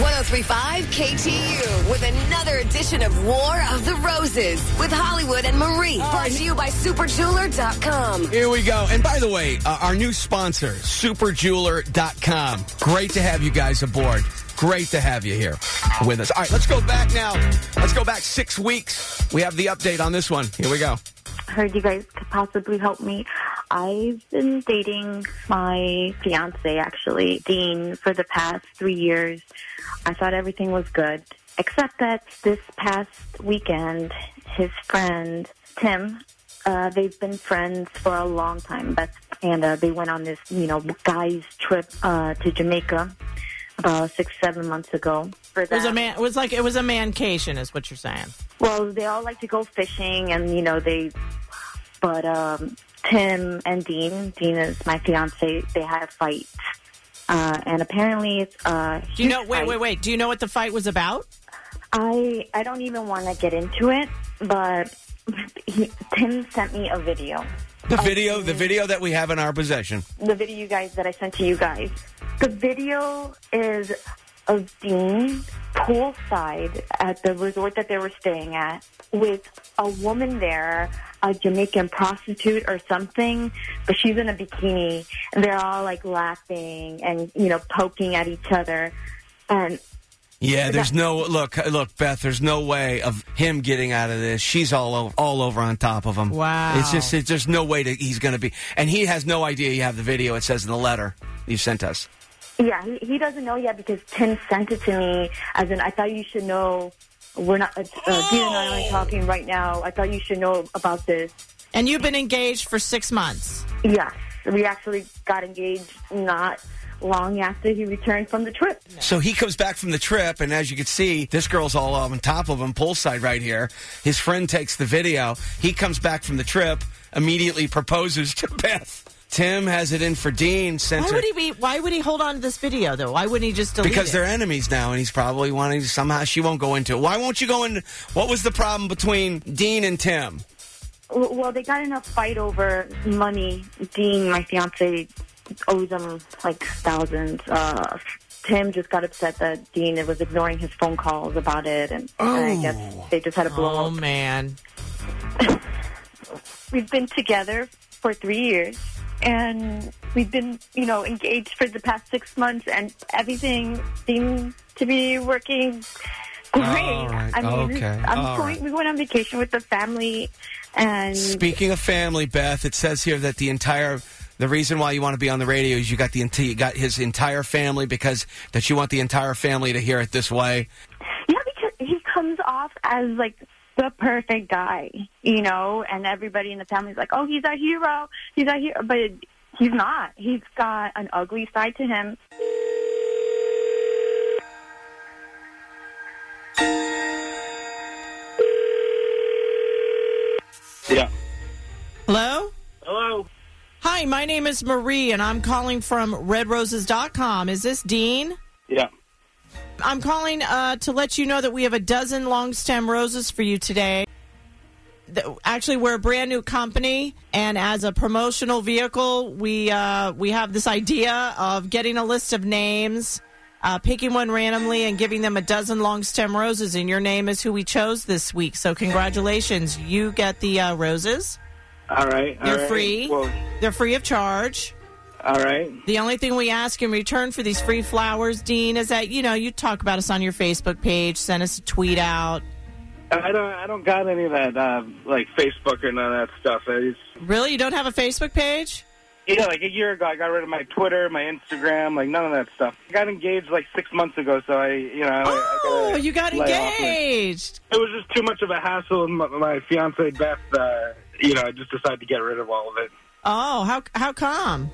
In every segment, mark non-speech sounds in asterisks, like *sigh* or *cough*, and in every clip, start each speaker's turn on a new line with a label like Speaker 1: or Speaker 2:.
Speaker 1: 1035 KTU with another edition of War of the Roses with Hollywood and Marie. Brought to you by superjeweler.com.
Speaker 2: Here we go. And by the way, uh, our new sponsor, superjeweler.com. Great to have you guys aboard. Great to have you here with us. All right, let's go back now. Let's go back six weeks. We have the update on this one. Here we go.
Speaker 3: heard you guys could possibly help me. I've been dating my fiance, actually, Dean, for the past three years. I thought everything was good, except that this past weekend, his friend, Tim, uh, they've been friends for a long time, best, and uh, they went on this, you know, guys trip uh, to Jamaica about six, seven months ago. For
Speaker 4: It was a
Speaker 3: them.
Speaker 4: man. It was like it was a mancation, is what you're saying.
Speaker 3: Well, they all like to go fishing, and you know they. But um, Tim and Dean, Dean is my fiance. They had a fight, uh, and apparently it's. Uh,
Speaker 4: Do you know? Wait, wait, wait. Do you know what the fight was about?
Speaker 3: I I don't even want to get into it, but he, Tim sent me a video.
Speaker 2: The video, the video that we have in our possession.
Speaker 3: the video you guys that I sent to you guys. The video is of Dean poolside at the resort that they were staying at with a woman there, a Jamaican prostitute or something, but she's in a bikini. And they're all like laughing and, you know, poking at each other. And
Speaker 2: Yeah, there's no look, look, Beth. There's no way of him getting out of this. She's all over, all over on top of him.
Speaker 4: Wow.
Speaker 2: it's just it's, there's no way that he's going to be, and he has no idea you have the video. It says in the letter you sent us.
Speaker 3: yeah, he, he doesn't know yet because Tim sent it to me as in, I thought you should know. We're not, uh, Dean and I are only talking right now. I thought you should know about this.
Speaker 4: And you've been engaged for six months.
Speaker 3: Yes, we actually got engaged not long after he returned from the trip.
Speaker 2: So he comes back from the trip, and as you can see, this girl's all on top of him, poolside right here. His friend takes the video. He comes back from the trip, immediately proposes to *laughs* Beth. Tim has it in for Dean. Sent
Speaker 4: Why
Speaker 2: her-
Speaker 4: would he be? Why would he hold on to this video though? Why wouldn't he just delete
Speaker 2: because
Speaker 4: it?
Speaker 2: they're enemies now, and he's probably wanting to somehow. She won't go into it. Why won't you go into? What was the problem between Dean and Tim?
Speaker 3: W- Well, they got in a fight over money. Dean, my fiance, owes him like thousands. Uh, Tim just got upset that Dean was ignoring his phone calls about it, and, and I guess they just had a blow
Speaker 4: Oh
Speaker 3: up.
Speaker 4: man.
Speaker 3: We've been together for three years, and we've been, you know, engaged for the past six months, and everything seemed to be working
Speaker 2: All
Speaker 3: great.
Speaker 2: right.
Speaker 3: I mean,
Speaker 2: Okay.
Speaker 3: I'm
Speaker 2: All
Speaker 3: going,
Speaker 2: right.
Speaker 3: we went on vacation with the family, and
Speaker 2: Speaking of family, Beth, it says here that the entire the reason why you want to be on the radio is you got the ent- you got his entire family because that you want the entire family to hear it this way.
Speaker 3: yeah, because he comes off as like the perfect guy, you know, and everybody in the family's like, oh, he's our hero, he's our hero, but he's not. He's got an ugly side to him.
Speaker 5: Yeah.
Speaker 4: Hello.
Speaker 5: Hello.
Speaker 4: Hi, my name is Marie, and I'm calling from RedRoses.com. Is this Dean?
Speaker 5: Yeah.
Speaker 4: I'm calling uh, to let you know that we have a dozen long stem roses for you today. Th- Actually, we're a brand new company, and as a promotional vehicle, we uh, we have this idea of getting a list of names, uh, picking one randomly, and giving them a dozen long stem roses. And your name is who we chose this week. So congratulations, you get the uh, roses.
Speaker 5: All right. all
Speaker 4: They're
Speaker 5: right.
Speaker 4: free.
Speaker 5: Well,
Speaker 4: They're free of charge.
Speaker 5: all right.
Speaker 4: The only thing we ask in return for these free flowers, Dean, is that you know you talk about us on your Facebook page, send us a tweet out.
Speaker 5: I don't. I don't got any of that, uh, like Facebook or none of that stuff. I just,
Speaker 4: Really, you don't have a Facebook page?
Speaker 5: yeah, like a year ago, I got rid of my Twitter, my Instagram, like none of that stuff. I got engaged like six months ago, so I, you know, I- I
Speaker 4: Oh,
Speaker 5: gotta
Speaker 4: you got
Speaker 5: lay off it.
Speaker 4: engaged.
Speaker 5: It was just too much of a hassle, and my, my fiance Beth, uh, you know, I just decided to get rid of all of it.
Speaker 4: Oh, how how come?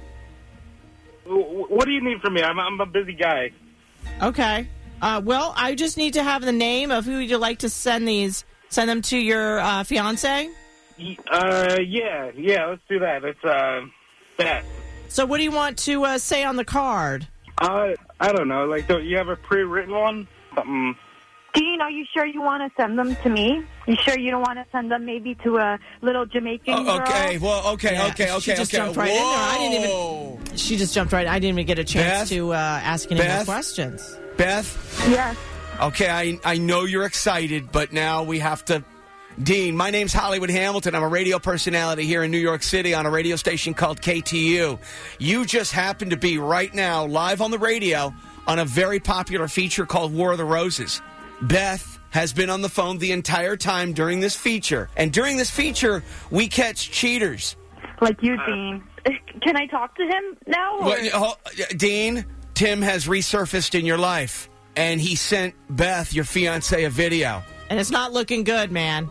Speaker 5: Wh- What do you need from me? I'm, I'm a busy guy.
Speaker 4: Okay. Uh, well, I just need to have the name of who you'd like to send these. Send them to your uh, fiance.
Speaker 5: Y- Uh, yeah, yeah. Let's do that. It's uh, Beth.
Speaker 4: So, what do you want to uh, say on the card?
Speaker 5: Uh, I don't know. Like, don't you have a pre-written one? Something
Speaker 6: Dean, are you sure you want to send them to me? You sure you don't want to send them maybe to a little Jamaican
Speaker 2: Oh, okay.
Speaker 6: girl?
Speaker 2: Well, okay,
Speaker 4: Yeah,
Speaker 2: okay,
Speaker 4: she
Speaker 2: okay,
Speaker 4: just
Speaker 2: okay.
Speaker 4: jumped right in there. I didn't even-
Speaker 2: Whoa.
Speaker 4: She just jumped right. I didn't even get a
Speaker 2: Beth?
Speaker 4: chance to uh, ask any more
Speaker 2: Beth?
Speaker 4: questions.
Speaker 2: Beth,
Speaker 6: Yes.
Speaker 2: okay, I I know you're excited, but now we have to. Dean, my name's Hollywood Hamilton. I'm a radio personality here in New York City on a radio station called KTU. You just happen to be right now live on the radio on a very popular feature called War of the Roses. Beth has been on the phone the entire time during this feature. And during this feature, we catch cheaters.
Speaker 6: Like you,
Speaker 2: Uh,
Speaker 3: *laughs*
Speaker 6: Dean. Can I talk to him now? or-
Speaker 2: Well, you- hol- Dean, Tim has resurfaced in your life, and he sent Beth, your fiance, a video.
Speaker 4: And it's not looking good, man.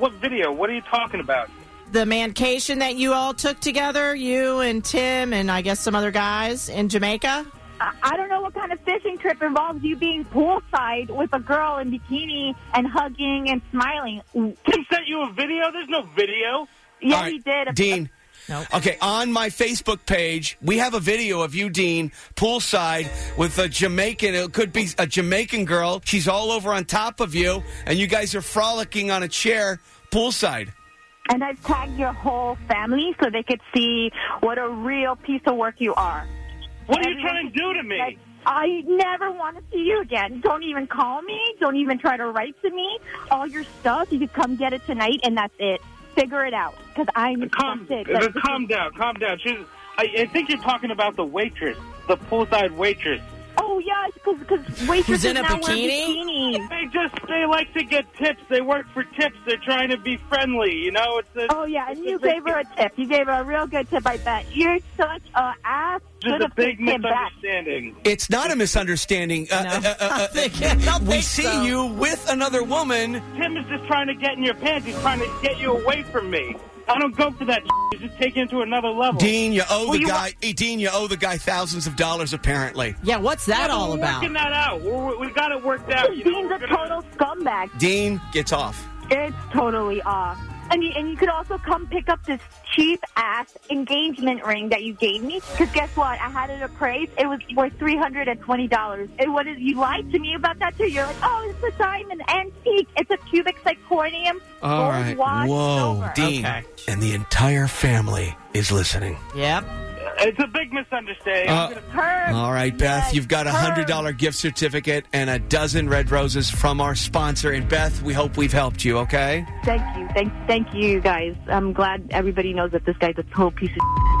Speaker 5: What video? What are you talking about?
Speaker 4: The mancation that you all took together, you and Tim, and I guess some other guys in Jamaica.
Speaker 3: I- I don't know what kind of fishing trip involves you being poolside with a girl in bikini and hugging and smiling. *laughs*
Speaker 5: Tim sent you a video? There's no video.
Speaker 3: Yeah,
Speaker 2: All right,
Speaker 3: he did.
Speaker 2: Dean.
Speaker 4: Nope.
Speaker 2: Okay, on my Facebook page, we have a video of you, Dean, poolside with a Jamaican. It could be a Jamaican girl. She's all over on top of you, and you guys are frolicking on a chair poolside.
Speaker 3: And I've tagged your whole family so they could see what a real piece of work you are.
Speaker 5: What are you trying to do to
Speaker 3: Like,
Speaker 5: me?
Speaker 3: I never want to see you again. Don't even call me. Don't even try to write to me. All your stuff, you could come get it tonight, and that's it. Figure it out, because I'm
Speaker 5: Calm,
Speaker 3: that's it.
Speaker 5: uh,
Speaker 3: Like,
Speaker 5: calm down, calm down. She's, I, I think you're talking about the waitress, the poolside waitress.
Speaker 3: Oh yeah, because waitresses
Speaker 4: in a
Speaker 3: now wear
Speaker 4: bikini?
Speaker 3: bikinis.
Speaker 5: They just they like to get tips. They work for tips. They're trying to be friendly. You know, it's a,
Speaker 3: Oh yeah, and you gave her a tip. You gave her a real good tip. I bet you're such a ass.
Speaker 5: just
Speaker 3: Should
Speaker 5: a
Speaker 3: have
Speaker 5: big
Speaker 3: taken him back.
Speaker 5: misunderstanding.
Speaker 2: It's not a misunderstanding. Uh,
Speaker 4: No.
Speaker 2: uh, uh, uh,
Speaker 4: *laughs* I think- I don't
Speaker 2: we
Speaker 4: think
Speaker 2: see
Speaker 4: so.
Speaker 2: you with another woman.
Speaker 5: Tim is just trying to get in your pants. He's trying to get you away from me. I don't go for that. He's just taking it to another level.
Speaker 2: Dean, you owe
Speaker 5: Well,
Speaker 2: the
Speaker 5: you
Speaker 2: guy. eh, Dean, you owe the guy thousands of dollars. Apparently,
Speaker 4: Yeah, what's that
Speaker 5: Yeah, but
Speaker 4: all
Speaker 5: we're
Speaker 4: about?
Speaker 5: Working that out. We're, we got it worked out. You
Speaker 4: *laughs*
Speaker 5: know,
Speaker 3: Dean's
Speaker 5: we're
Speaker 3: a
Speaker 5: gonna-
Speaker 3: total scumbag.
Speaker 2: Dean gets off.
Speaker 3: It's totally off. And you, and you could also come pick up this cheap ass engagement ring that you gave me. Because guess what? I had it appraised. It was worth three hundred and twenty dollars. And what is you lied to me about that too? You're like, oh, it's a diamond antique. It's a cubic zirconium.
Speaker 2: All
Speaker 3: gold
Speaker 2: right.
Speaker 3: watch,
Speaker 2: Whoa,
Speaker 3: silver."
Speaker 2: Dean.
Speaker 4: Okay.
Speaker 2: And the entire family is listening.
Speaker 4: Yep.
Speaker 5: It's a big misunderstanding.
Speaker 2: Uh,
Speaker 5: I'm gonna-
Speaker 3: Herb,
Speaker 2: All right, Beth,
Speaker 3: yes,
Speaker 2: you've got a
Speaker 3: Herb.
Speaker 2: hundred dollar gift certificate and a dozen red roses from our sponsor. And Beth, we hope we've helped you. Okay.
Speaker 3: Thank you. Thank, thank you, you guys. I'm glad everybody knows that this guy's a total piece of